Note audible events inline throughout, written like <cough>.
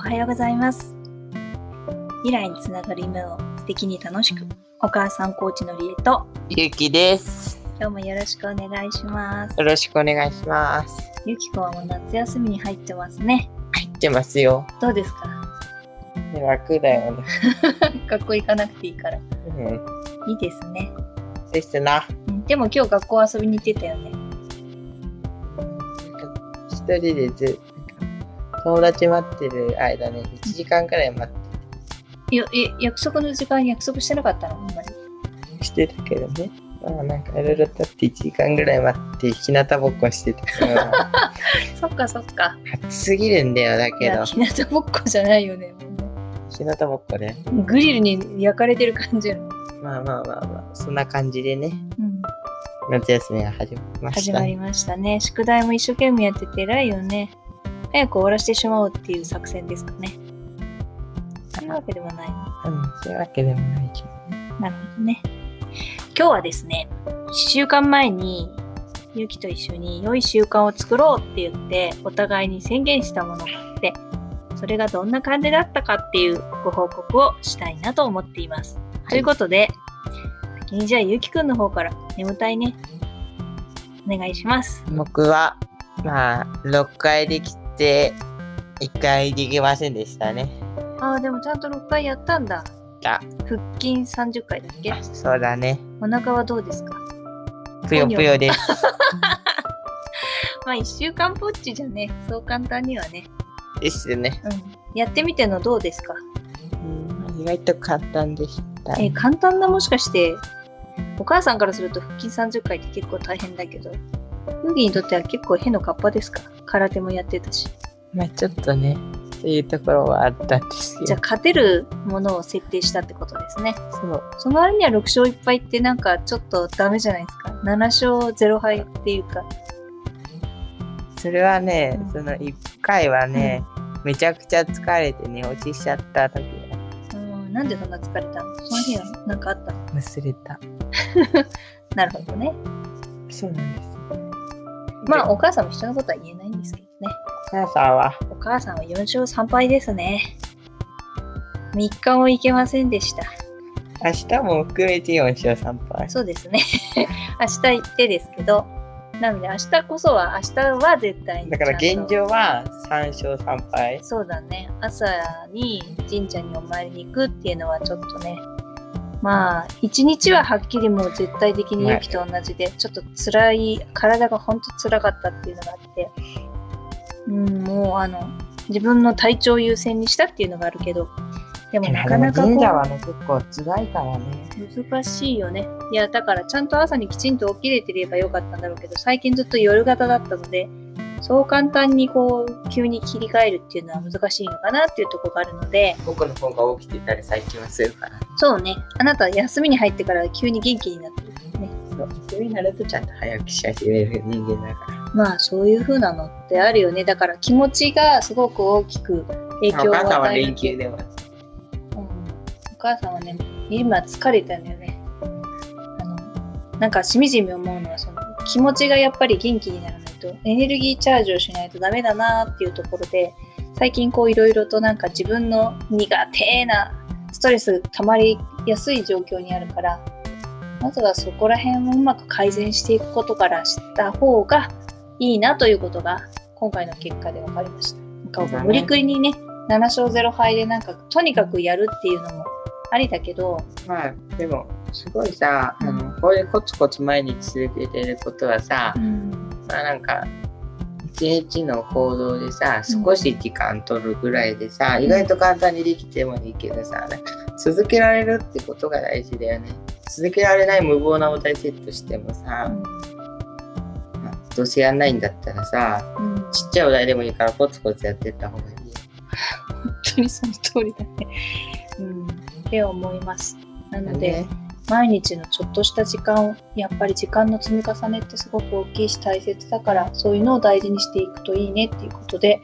おはようございます未来につながる夢を素敵に楽しくお母さんコーチのりえとゆきです。今日もよろしくお願いしますよろしくお願いします。ゆきこはもう夏休みに入ってますね入ってますよ。どうですか楽だよね。学校行かなくていいからいうん。いですねですな。うんでも今日学校遊びに行ってたよね一人でず、友達待ってる間ね、1時間くらい待よえ約束の時間に約束してなかったのほんまにってたけどね。まあなんかいろいろ経って1時間ぐらい待って、日向ぼっこしてた <laughs> から。そっかそっか暑すぎるんだよ、だいけ <laughs> どや。日向ぼっこじゃないよね日向ぼっこね。グリルに焼かれてる感じの、まあまあまあまあ、そんな感じでね、うん、夏休みが始まりまし始た。まりましたね宿題も一生懸命やってて偉いよね早く終わらせてしまおうっていう作戦ですかねそういうわけでもないうん、そういうわけでもないけど。なるほどね今日はですね1週間前にゆきと一緒に良い習慣を作ろうって言ってお互いに宣言したものがあってそれがどんな感じだったかっていうご報告をしたいなと思っています、ということで先にじゃあゆきくんの方から眠たいねお願いします僕はまあ6回できて1回できませんでしたねああでもちゃんと6回やったんだあ腹筋30回だっけそうだねお腹はどうですかぷよぷよですまあ1週間ぽっちじゃねそう簡単にはねですねうんやってみてのどうですかうん意外と簡単でしたえー簡単なもしかしてお母さんからすると腹筋30回って結構大変だけどウギにとっては結構変のカッパですか空手もやってたしまあちょっとねそういうところはあったんですけじゃあど勝てるものを設定したってことですねそうその割には6勝1敗ってなんかちょっとダメじゃないですか7勝0敗っていうかそれはねうんその1回はねめちゃくちゃ疲れてね落ちしちゃった時がうんなんでそんな疲れたのその日はなんかあったの忘れたなるほどねそうなんですまあでおお母さんも人のことは言えないんですけどね母さんはお母さんは4勝3敗ですね3日も行けませんでした明日も含めて4勝3敗そうですね <laughs> 明日行ってですけどなので明日こそは明日は絶対にだからちゃん現と状は3勝3敗そうだね朝に神社にお参りに行くっていうのはちょっとねまあ一日ははっきりもう絶対的にはいユキと同じで、ちょっと辛い体がほんと辛かったっていうのがあってうんもうあの自分の体調を優先にしたっていうのがあるけどでもいやなかなかこでもう神社はね結構辛いからね難しいよね。いや、だからちゃんと朝にきちんと起きれてればよかったんだろうけど、最近ずっと夜型だったので、そう簡単にこう、急に切り替えるっていうのは難しいのかなっていうところがあるので、僕の方が起きてたり最近はするからそうね、あなたは休みに入ってから急に元気になってるからね。そうそういうなるとちゃんと早起きし始める人間だからまあ、そういう風なのってあるよね。だから気持ちがすごく大きく影響おを母さんは与える連ってい休う。でもうんお母さんはね、今疲れたんだよね。あの、なんかしみじみ思うのは、その気持ちがやっぱり元気にならないと、エネルギーチャージをしないとダメだなっていうところで、最近こういろいろとなんか自分の苦手なストレス溜まりやすい状況にあるから、まずはそこら辺をうまく改善していくことからした方がいいなということが、今回の結果で分かりました。なんか無理くりにね、7勝0敗でなんかとにかくやるっていうのもありだけど、まあでもすごいさ、うんあのこういうコツコツ毎日続けてることはさ、まあなんか一日の行動でさ少し時間取るぐらいでさ、ん意外と簡単にできてもいいけどさ、なんか続けられるってことが大事だよね続けられない無謀なお題セットしてもさ、まあどうせやんないんだったらさうんちっちゃいお題でもいいからコツコツやってった方がいいよ本当にその通りだね。うん、って思います。なので、ね毎日のちょっとした時間をやっぱり時間の積み重ねってすごく大きいし大切だからそういうのを大事にしていくといいねっていうことで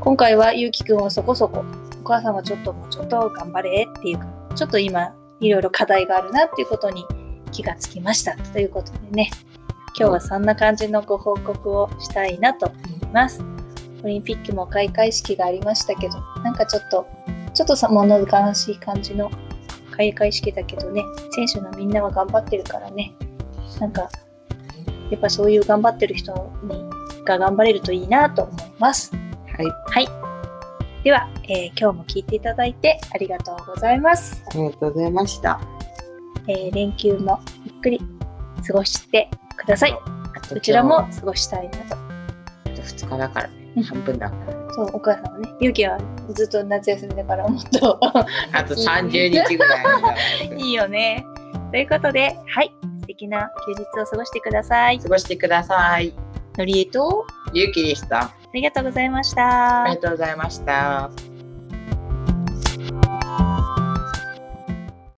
今回はゆうきくんはそこそこお母さんはちょっともうちょっと頑張れっていうかちょっと今いろいろ課題があるなっていうことに気がつきましたということでね今日はそんな感じのご報告をしたいなと思います。オリンピックも開会式がありましたけど、なんかちょっと、ちょっとさ物悲しい感じの開会式だけどね、選手のみんなは頑張ってるからね、なんか、やっぱそういう頑張ってる人にが頑張れるといいなと思います。はい、あはい。では、えー今日も聞いていただいてありがとうございます。りがとうございました。えー連休もゆっくり過ごしてください。うちらも過ごしたいなと。あと2日だからねうん半分だから。そう、お母さんはね、ゆうきはずっと夏休みだからもっ <laughs> とあと30日ぐらいだから <laughs> いいよね。ということで、はい、素敵な休日を過ごしてください。過ごしてください。のりえと、ゆうきでした。ありがとうございました。ありがとうございました。